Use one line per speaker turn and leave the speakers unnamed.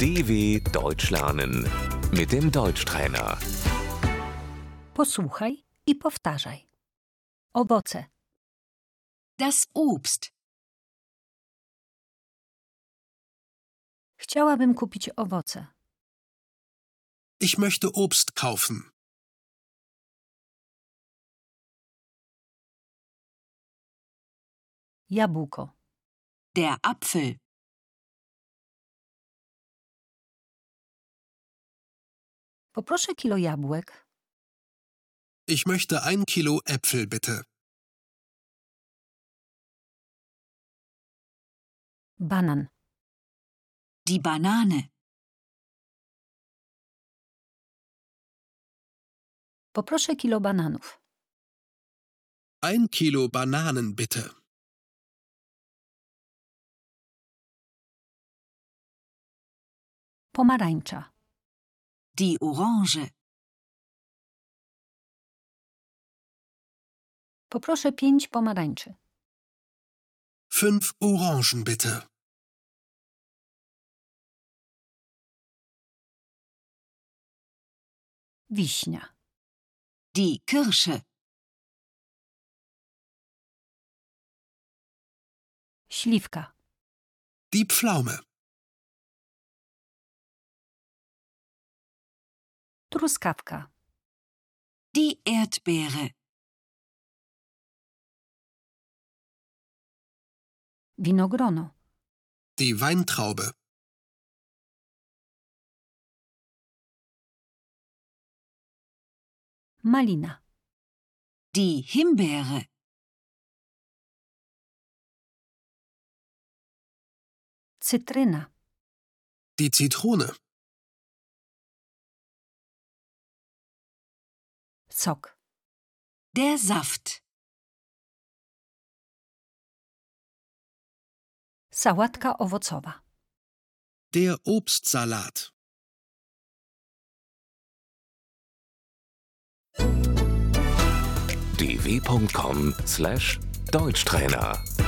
DW Deutsch lernen mit dem Deutschtrainer.
Posłuchaj i powtarzaj. Owoce,
Das Obst,
chciałabym kupić owoce,
Ich möchte Obst kaufen.
jabłko,
der Apfel,
poproszę kilo jabłek,
Ich möchte ein Kilo Äpfel bitte.
banan,
die Banane,
poproszę kilo bananów,
Ein Kilo Bananen bitte.
pomarańcza,
die Orange,
poproszę pięć pomarańczy,
Fünf Orangen bitte.
wiśnia,
die Kirsche,
śliwka,
Die Pflaume.
truskawka,
die Erdbeere,
winogrono,
Die Weintraube.
malina,
die Himbeere,
cytryna,
Die Zitrone.
sok,
der Saft,
sałatka owocowa,
Der Obstsalat.
dw.com/deutschtrainer